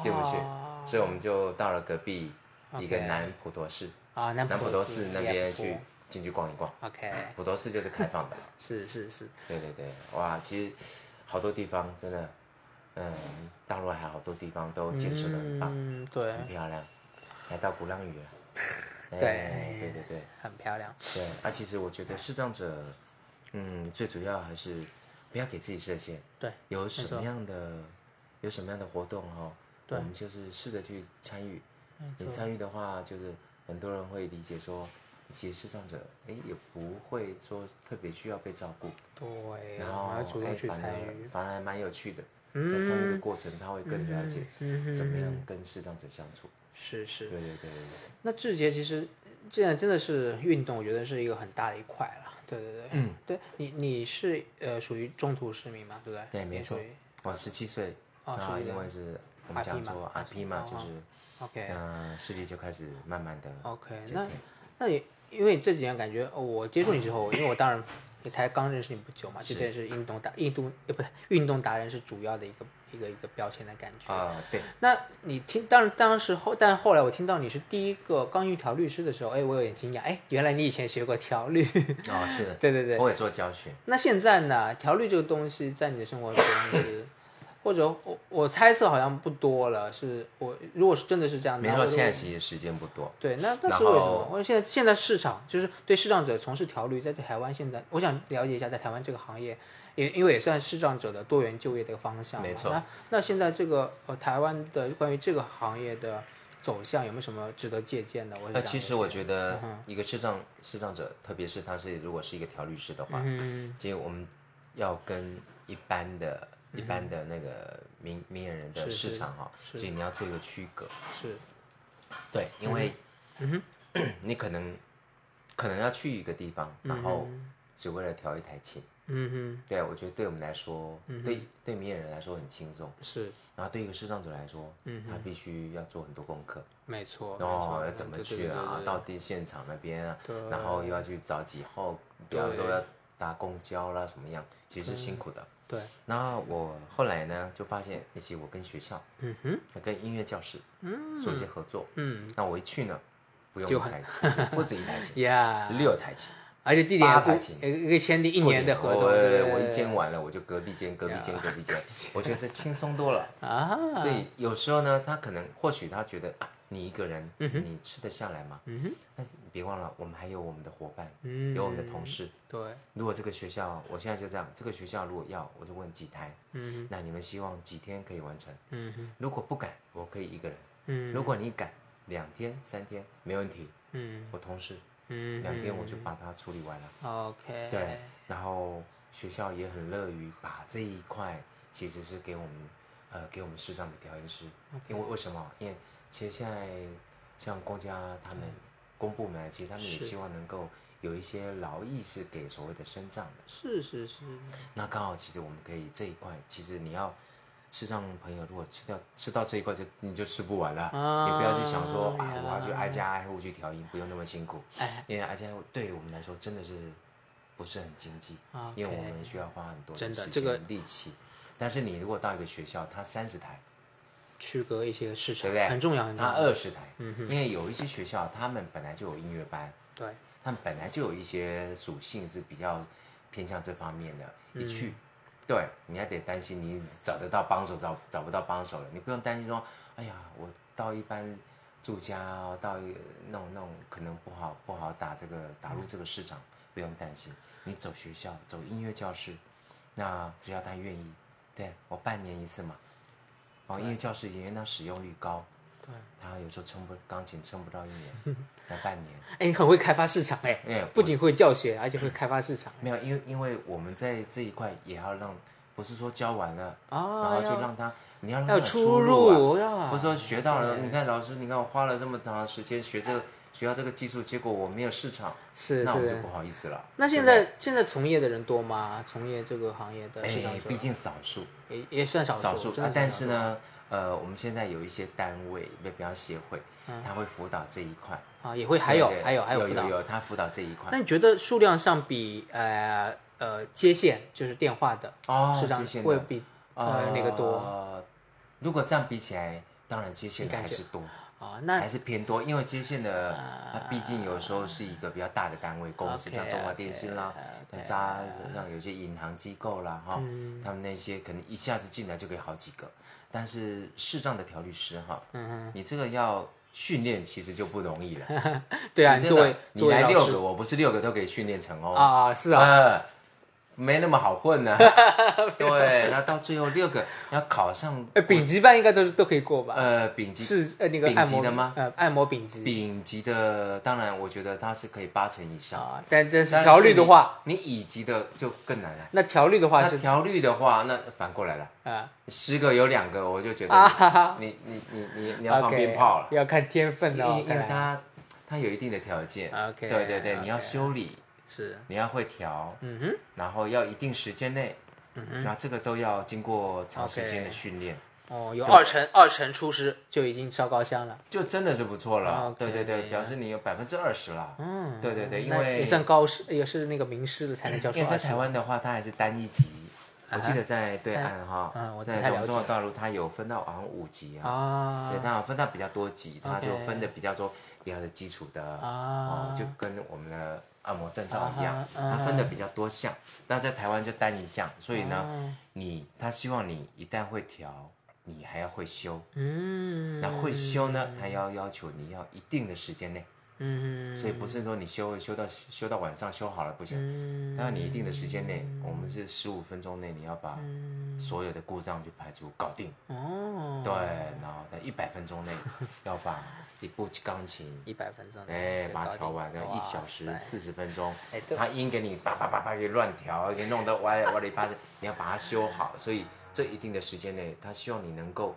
S5: 进不去
S4: 哦，
S5: 所以我们就到了隔壁一个
S4: OK
S5: 南普陀寺，
S4: 啊，南
S5: 南普陀寺
S4: 寺
S5: 那
S4: 也
S5: 边
S4: 不错
S5: 去啊进去逛一逛。
S4: OK，
S5: 普陀寺就是开放 的嘛，
S4: 是是是，
S5: 对对对，哇，其实好多地方真的，嗯，大陆还好多地方都建设的很棒，
S4: 嗯，对，
S5: 很漂亮，还到鼓浪屿 了。哎
S4: 对
S5: 对对对
S4: 很漂亮。
S5: 对，啊，其实我觉得视障者，嗯，最主要还是不要给自己设限，
S4: 对，
S5: 有什么样的有什么样的活动哦，我
S4: 对
S5: 们就是试着去参与。你参与的话，就是很多人会理解说，其实视障者哎也不会说特别需要被照顾，
S4: 对，
S5: 然
S4: 我
S5: 后
S4: 们要主
S5: 哎
S4: 动去
S5: 反而
S4: 参与。嗯
S5: 反而还蛮有趣的。在参与的过程，他会更了解怎么样跟视障者相处。
S4: 是是
S5: 对，对对对对，
S4: 那志杰其实这样真的是运动，我觉得是一个很大的一块了。对对对，嗯，对你你是呃属于中途市民嘛，对不对？
S5: 对没
S4: 你属
S5: 错
S4: 于
S5: 我十七岁，
S4: 哦
S5: 然后
S4: 17岁
S5: 因为是我们讲说
S4: RP
S5: RP
S4: 嘛
S5: 嘛，就
S4: 哦
S5: 是
S4: OK 哦
S5: 嗯视力就开始慢慢的
S4: OK，那那你因为这几年感觉哦我接触你之后，因为我当然也才刚认识你不久嘛，就对是运动达运动呃不对运动达人是主要的一个一个一个标签的感觉。
S5: 啊对，
S4: 那你听，当当时后，但后来我听到你是第一个刚遇调律师的时候，哎，我有点惊讶，哎，原来你以前学过调律，
S5: 哦是的，
S4: 对对对。
S5: 我也做教学，
S4: 那现在呢？调律这个东西在你的生活中是，或者我我猜测好像不多了。是我如果是真的是这样，
S5: 没
S4: 那
S5: 错，
S4: 我
S5: 现在其实时间不多，
S4: 对，那但
S5: 然
S4: 是为什
S5: 后
S4: 么？我现在现在市场就是对视障者从事调律，在台湾现在，我想了解一下，在台湾这个行业，也因为也算视障者的多元就业的一个方向嘛。
S5: 没错
S4: 那那现在这个呃，台湾的关于这个行业的走向有没有什么值得借鉴的？我是嗯
S5: 那
S4: 讲
S5: 呃其
S4: 这
S5: 实我
S4: 些
S5: 觉得一个视障视障者，特别是他是如果是一个调律师的话，
S4: 嗯
S5: 其实我们要跟一般的、一般的那个明明眼人的
S4: 是
S5: 市
S4: 是
S5: 场哈，
S4: 是
S5: 所以你要做一个区隔。
S4: 是
S5: 对，因为，
S4: 嗯
S5: 你可能可能要去一个地方，然后只为了调一台琴。
S4: 嗯
S5: 对，啊我觉得对我们来说，对对明眼人来说很轻松，
S4: 哼是嗯
S5: 然后对一个视障者来说，他必须要做很多功课，
S4: 没错哦没
S5: 然后
S4: 错
S5: 哦要怎么
S4: 对对
S5: 去
S4: 对
S5: 啊
S4: 对，对
S5: 到地现场那边啊
S4: 对，
S5: 然后又要去找几号，然后都要搭公交啦，什么样，其实是
S4: 嗯
S5: 辛苦的。
S4: 对
S5: 那我后来呢，就发现，以及我跟学校，
S4: 嗯哼
S5: 跟音乐教室，做一些合作。
S4: 嗯
S5: 那我一去呢，不用
S4: 就
S5: 一
S4: 很
S5: 台，就是不止一台 琴，
S4: 呀，
S5: 六台琴。
S4: 而且地点
S5: 八
S4: 还
S5: 台
S4: 固
S5: 琴
S4: 一个一个签订一年的合同，啊
S5: 我
S4: 对
S5: 哦哎我一间
S4: 间
S5: 完了，我就隔壁 间、隔壁间、
S4: 呀
S5: 隔壁间，我觉得是轻松多了。
S4: 啊，
S5: 所以有时候呢，他可能或许他觉得啊，你一个人，你吃得下来吗？
S4: 嗯哼
S5: 但是你别忘了，我们还有我们的伙伴，
S4: 嗯
S5: 有我们的同事。
S4: 对，
S5: 如果这个学校，我现在就这样，这个学校如果要，我就问几台，
S4: 嗯
S5: 那你们希望几天可以完成？
S4: 哼嗯哼
S5: 如果不敢，我可以一个人；
S4: 嗯
S5: 如果你敢，两天、三天没问题。
S4: 嗯
S5: 我同事
S4: 嗯，
S5: 两天我就把它处理完了。
S4: OK
S5: 对，然后学校也很乐于把这一块其实是给我们，呃，给我们市长的调音师，因为为什么？因为其实现在像公家他们公部门，其实他们也
S4: 嗯是
S5: 希望能够有一些劳役是给所谓的身障的。
S4: 是是是，
S5: 那刚好，其实我们可以这一块，其实你要视障朋友，如果吃掉吃到这一块就你就吃不完了，
S4: 啊
S5: 你不要去想说啊
S4: 呀，
S5: 我要去挨家挨户去调音，不用那么辛苦。
S4: 哎
S5: 因为挨家挨户对于我们来说真的是不是很经济
S4: OK
S5: 因为我们需要花很多
S4: 真的
S5: 时间
S4: 这个
S5: 力气。但是你如果到一个学校，它三十台，
S4: 区隔一些市场
S5: 对不对？
S4: 很重要，很重
S5: 它
S4: 要，嗯
S5: 二十台，因为有一些学校他们本来就有音乐班，
S4: 对，
S5: 他们本来就有一些属性是比较偏向这方面的，
S4: 嗯
S5: 一去，对，你还得担心你找得到帮手找找不到帮手了，你不用担心说，哎呀，我到一般住家哦到一个那种那种可能不好不好打这个打入这个市场，不用担心，你走学校走音乐教室，那只要他愿意，对我半年一次嘛，哦，音乐教室因为它使用率高。
S4: 对，
S5: 他有时候撑不钢琴撑不到一 年，那半年，
S4: 哎，你很会开发市场哎，
S5: 哎，
S4: 不仅会教学，而且会开发市场
S5: 没有，因为因为我们在这一块也要让，不是说教完了，然
S4: 啊，
S5: 后就
S4: 要
S5: 让他，你要让他
S4: 要
S5: 有出
S4: 入
S5: 啊，
S4: 呀，
S5: 不是说学到了，
S4: 对
S5: 你看老师，你看我花了这么长的时间学这个学到这个技术，结果我没有市场，
S4: 是
S5: 那我就是不。好意思了。
S4: 那现
S5: 对
S4: 在现在从业的人多吗？从业这个行业的市
S5: 不对
S4: 场
S5: 哎
S4: 者，
S5: 毕竟少数，
S4: 也也算少
S5: 少
S4: 数
S5: 数，
S4: 真
S5: 啊
S4: 的，
S5: 但
S4: 少
S5: 是
S4: 数，
S5: 呢，呃，我们现在有一些单位，比比方协会，他会辅导这一块，
S4: 啊，也会嗯还有
S5: 对对
S4: 还有还
S5: 有
S4: 辅导
S5: 有，有，他辅导这一块
S4: 那。你觉得数量上比呃呃接线就是电话的
S5: 哦
S4: 市场
S5: 接线的
S4: 会比呃那个多
S5: 呃如果这样比起来，当然接线的
S4: 感
S5: 还
S4: 觉
S5: 是多，
S4: 啊？那
S5: 还是偏多，因为接线的它毕竟有时候是一个比较大的单位公司，
S4: 啊 OK，
S5: 像中华电信啦
S4: OK，OK，，
S5: 渣像有些银行机构啦哈，
S4: 嗯
S5: 他们那些可能一下子进来就可以好几个，但是视障的调律师哈，
S4: 嗯
S5: 你这个要训练其实就不容易了。
S4: 对啊，
S5: 你真
S4: 作为
S5: 的你
S4: 作为
S5: 来
S4: 老
S5: 六
S4: 师
S5: 个，我不是六个都可以训练成哦。
S4: 啊，是啊，
S5: 呃，没那么好混 呢、对，那到最后六个要考上
S4: 呃，丙级班应该都是都可以过吧？
S5: 呃丙级
S4: 是呃那个
S5: 丙
S4: 按
S5: 级
S4: 摩
S5: 的吗
S4: 呃，按摩丙级
S5: 丙级的，当然我觉得它是可以八成以上。
S4: 啊，但但是
S5: 但
S4: 调律的话，
S5: 你，你乙级的就更难了。
S4: 那调律的话
S5: 那
S4: 是
S5: 调律的话，那反过来了，
S4: 啊，
S5: 十个有两个我就觉
S4: 啊
S5: 得
S4: 哈哈
S5: 你、你你你你你要
S4: OK，
S5: 放鞭炮了，
S4: 要看天分
S5: 因
S4: 的哦
S5: 为，因
S4: 看
S5: 为
S4: 来
S5: 它它有一定的条件。
S4: OK，
S5: 对对对
S4: OK
S5: 你要修理，
S4: 是
S5: 你要会调，
S4: 嗯哼。嗯
S5: 然后要一定时间内，然后这个都要经过长时间
S4: OK
S5: 的训练。
S4: 哦，有二成二成出师就已经烧高香了，
S5: 就真的是不错了
S4: OK，
S5: 对对对，表示你有百分之二十了。嗯，对对对，因
S4: 哦那
S5: 为
S4: 也算高师，也是那个名师了才能叫出
S5: 因为在
S4: 二十
S5: 台湾的话，它还是单一级。
S4: 啊
S5: 我记得在对岸哈，
S4: 嗯我不太
S5: 在我
S4: 了解
S5: 们中国大陆，它有分到好像五级啊，
S4: 啊
S5: 对，它有分到比较多级，它
S4: OK
S5: 就分的比较多，比较的基础的
S4: 啊
S5: 哦，就跟我们的按摩证照一样
S4: 啊，哈啊
S5: 它分的比较多项。但在台湾就单一项，所以
S4: 啊
S5: 呢，你他希望你一旦会调，你还要会修。
S4: 嗯，
S5: 那会修呢，他要要求你要一定的时间内。
S4: 嗯
S5: 所以不是说你修修到修到晚上修好了不行，
S4: 嗯
S5: 但是你一定的时间内，我们是十五分钟内你要把所有的故障去排除搞定，
S4: 嗯哦，
S5: 对，然后在一百分钟内要把一部钢琴。
S4: 一百分钟的
S5: 哎，
S4: 就
S5: 把
S4: 搞
S5: 它调
S4: 定
S5: 完，然后一
S4: 哇
S5: 小时
S4: 塞
S5: 四十分钟
S4: 哎，对
S5: 他音给你叭叭叭叭给乱调，给弄得歪歪里八的，你要把它修好。所以这一定的时间内，他希望你能够，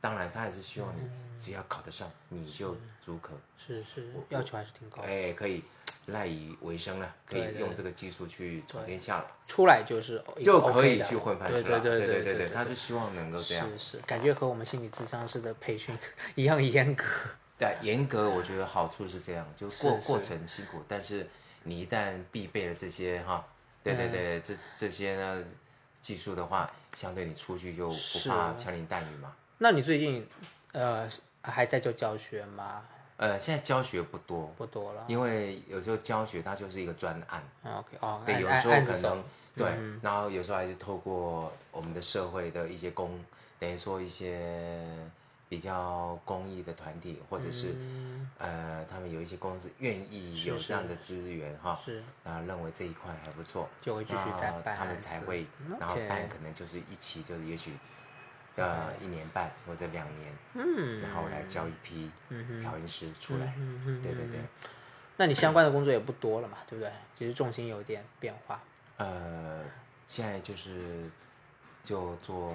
S5: 当然他也是希望
S4: 嗯
S5: 你只要考得上，你就足可。
S4: 是是要求还是挺高的。
S5: 哎，可以赖以为生了，可
S4: 对
S5: 以
S4: 对
S5: 用这个技术去闯天下了，
S4: 出来就是一个
S5: 就
S4: OK
S5: 可以
S4: 的
S5: 去混饭
S4: 对
S5: 吃了。
S4: 对
S5: 对
S4: 对
S5: 对
S4: 对
S5: 他是希望能够这样。
S4: 是是，感觉和我们心理咨商师的培训一样严格。
S5: 但严格我觉得好处是这样，就过
S4: 是是
S5: 过程辛苦，但是你一旦必备了这些哈，对
S4: 嗯
S5: 对对，这这些呢技术的话，相对你出去就不怕枪林弹雨嘛。
S4: 那你最近呃还在做教学吗？
S5: 呃，现在教学不多，
S4: 不多了。
S5: 因为有时候教学它就是一个专案，
S4: 嗯 OK 哦，
S5: 对，
S4: 按
S5: 有
S4: 按
S5: 时候
S4: 按着
S5: 可
S4: 走嗯
S5: 能对，然后有时候还是透过我们的社会的一些公，等于说一些比较公益的团体，或者是、呃，他们有一些公司愿意
S4: 是
S5: 有
S4: 嗯是
S5: 这样的资源哈，
S4: 是
S5: 然后认为这一块还不错，
S4: 就会继续再
S5: 然后
S4: 办
S5: 啊他
S4: 案
S5: 们
S4: 子
S5: 才会
S4: 嗯，
S5: 然后
S4: OK
S5: 办可能就是一期，就是也许。呃，一年半或者两年，
S4: 嗯，
S5: 然后来教一批调音师出来，
S4: 嗯嗯
S5: 对对对，
S4: 那你相关的工作也不多了嘛，对不对？其实重心有点变化。
S5: 呃，现在就是就做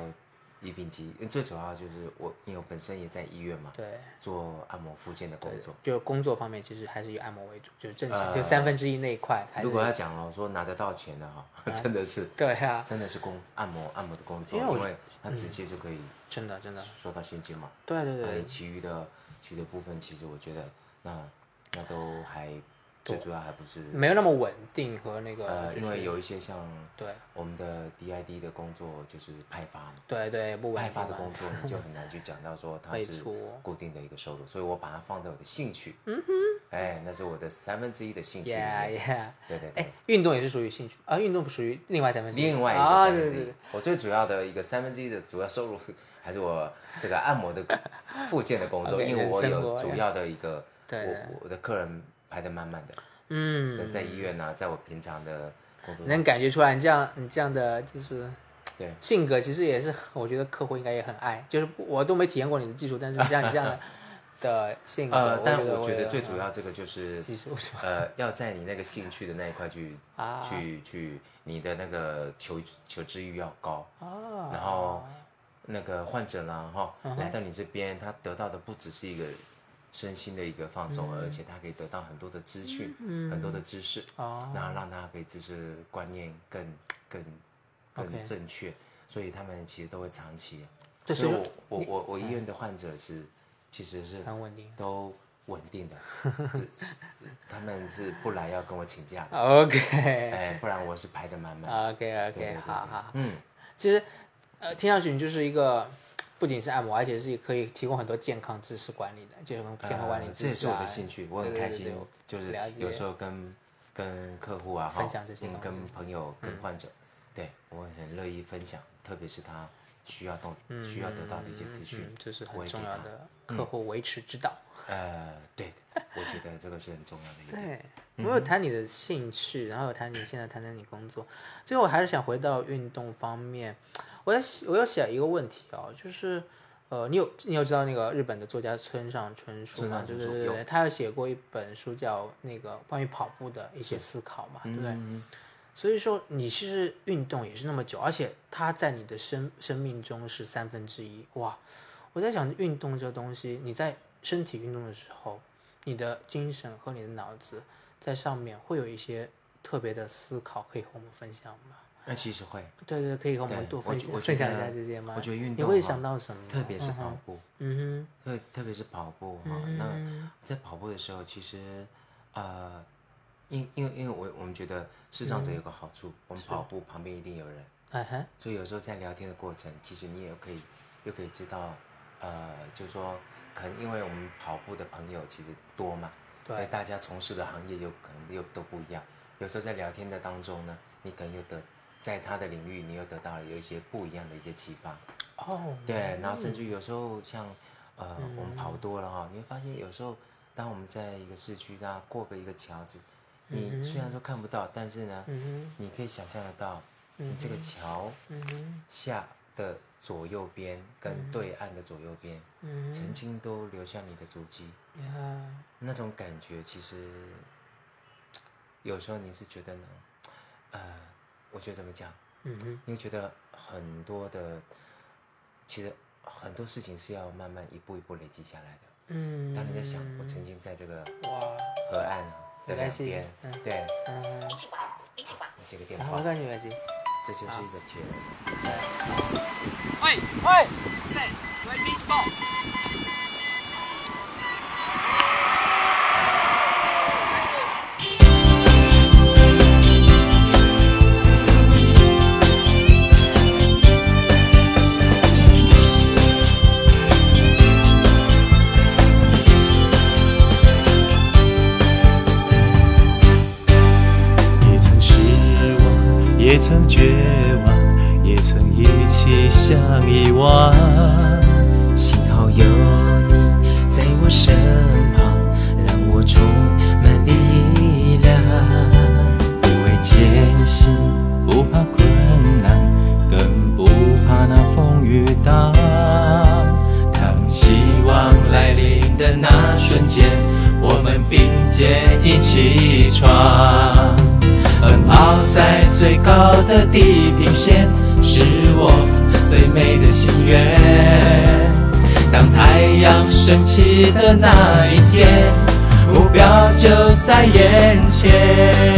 S5: 医病机，因为嗯最主要就是我，因为我本身也在医院嘛，
S4: 对，
S5: 做按摩复健的工作。
S4: 就工作方面其实还是以按摩为主，就是正常，
S5: 呃
S4: 就三分之一那一块还是
S5: 如。果要讲哦，说拿得到钱的哈、真的是
S4: 对啊，
S5: 真的是工按摩按摩的工作，
S4: 因为我嗯
S5: 因为它直接就可以
S4: 真的真的，
S5: 收到现金嘛。
S4: 对对
S5: 呃，
S4: 对，
S5: 其余的其余的部分，其实我觉得那那都还最主要还不是
S4: 没有那么稳定和那个，
S5: 呃，
S4: 嗯就是
S5: 因为有一些像
S4: 对
S5: 我们的 DID 的工作就是派发嘛。
S4: 对对不稳
S5: 派
S4: 定
S5: 发的
S4: 嘛
S5: 工作， 你就很难去讲到说它
S4: 没
S5: 是
S4: 错
S5: 固定的一个收入，所以我把它放在我的兴趣。嗯哼，哎，那是我的三分之一的兴趣里
S4: ，Yeah
S5: 面。
S4: Yeah。
S5: 对对对
S4: 哎，，运动也是属于兴趣啊，运动不属于另外三分之一，
S5: 另外一个
S4: 啊，
S5: 三
S4: 对
S5: 分
S4: 对
S5: 之
S4: 对
S5: 一，，我最主要的一个三分之一的主要收入是还是我这个按摩的 附件的工作，
S4: OK，
S5: 因为我
S4: 啊生活
S5: 有
S4: 呀
S5: 主要的一个
S4: 对对
S5: 我我的客人排的满满的，
S4: 嗯，
S5: 在医院呢，啊在我平常的工作
S4: 能感觉出来你这样你这样的就是
S5: 对。
S4: 性格，其实也是我觉得客户应该也很爱，就是我都没体验过你的技术，但是像你 这样的的性格，
S5: 呃，但
S4: 我
S5: 我觉得
S4: 也啊
S5: 最主要这个就是
S4: 技术是吧
S5: 呃，要在你那个兴趣的那一块去
S4: 啊
S5: 去去，你的那个求求知欲要高，
S4: 啊，
S5: 然后那个患者啦哈，
S4: 嗯
S5: 来到你这边，他得到的不只是一个身心的一个放
S4: 嗯
S5: 松，而且他可以得到很多的资讯，很多的知识，
S4: 哦
S5: 然后让他可以知识观念更更更
S4: OK
S5: 正确，所以他们其实都会长期。
S4: 对
S5: 所以
S4: 所以
S5: 我我我
S4: 嗯
S5: 我医院的患者是其实是
S4: 很稳定
S5: 都稳定的， 是是他们是不来要跟我请假的，
S4: ，OK
S5: 哎，不然我是排的满满。
S4: OK
S5: 对对
S4: OK，
S5: 对
S4: 好好好。
S5: 嗯，
S4: 其实，呃，听上去你就是一个不仅是按摩，而且是可以提供很多健康知识管理的，就是健康管理
S5: 呃这
S4: 知
S5: 也
S4: 识
S5: 是
S4: 啊、
S5: 我的兴趣，我很
S4: 对对
S5: 开
S4: 对
S5: 心
S4: 对我，
S5: 就是
S4: 了解
S5: 有时候跟跟客户啊哈，
S4: 分享这些
S5: 嗯
S4: 东西
S5: 跟朋友、跟患者，对我很乐意分享，特别是他需要动需要得到的一些资讯
S4: 嗯，，这是
S5: 我
S4: 很
S5: 也
S4: 重
S5: 给
S4: 要
S5: 他。
S4: 的客
S5: 嗯
S4: 户维持之道。
S5: 呃，对，我觉得这个是很重要的一点。
S4: 对，
S5: 嗯
S4: 我有谈你的兴趣，然后有谈你现在谈谈你工作，最后我还是想回到运动方面，我在想我有写一个问题哦，就是。呃，你有你有知道那个日本的作家村上春树
S5: 村
S4: 吗？
S5: 上
S4: 对
S5: 春
S4: 对
S5: 树
S4: 对
S5: 有
S4: 对，他有写过一本书叫那个关于跑步的一些思考嘛，对不对？
S5: 嗯，
S4: 所以说你其实运动也是那么久，而且它在你的生生命中是三分之一哇！我在想运动这个东西，你在身体运动的时候，你的精神和你的脑子在上面会有一些特别的思考，可以和我们分享吗？
S5: 那其实会，
S4: 对对，可以和我们
S5: 对
S4: 多
S5: 我
S4: 分
S5: 觉我觉
S4: 分享一
S5: 得
S4: 下这些吗？
S5: 我觉得运
S4: 你
S5: 动
S4: 会
S5: 哈
S4: 想到什么？
S5: 特别是跑
S4: 嗯哼
S5: 步，
S4: 嗯
S5: 特特别是跑步哈、那在跑步的时候，其实呃，因因为因为我我们觉得视障者
S4: 嗯
S5: 有个好处，我们跑步旁边一定有人，
S4: 哼，哎哈，
S5: 所以有时候在聊天的过程，其实你也可以又可以知道，呃，就是说可能因为我们跑步的朋友其实多嘛，
S4: 对
S5: 所以大家从事的行业有可能又都不一样，有时候在聊天的当中呢，你可能又得在他的领域，你又得到了有一些不一样的一些启发。
S4: 哦，
S5: 对，然后甚至有时候像呃，我们跑多了哈、你会发现有时候当我们在一个市区，大家过个一个桥子，你虽然说看不到，但是呢，你可以想象得到，你这个桥下的左右边跟对岸的左右边，曾经都留下你的足迹，
S4: 嗯呀，
S5: 那种感觉其实有时候你是觉得呢，呃，我觉得怎么讲，
S4: 嗯哼，
S5: 你会觉得很多的，其实很多事情是要慢慢一步一步累积下来的。
S4: 嗯，
S5: 当你在想，我曾经在这个
S4: 哇，
S5: 河岸啊的
S4: 没关
S5: 两
S4: 系
S5: 边，
S4: 嗯
S5: 对，
S4: 嗯，
S5: 这个电
S4: 然后
S5: 话
S4: 没，关系，没关系。
S5: 这就是一个铁人。
S2: Wait, wait. Set. Where's this ball?
S3: 也曾失望，也曾绝望，也曾一起想遗忘。
S5: 幸好有你在我身旁，让我充满力量。
S3: 不畏艰辛，不怕困难，更不怕那风雨荡。当希望来临的那瞬间，我们并肩一起闯。奔跑在最高的地平线，是我最美的心愿。当太阳升起的那一天，目标就在眼前。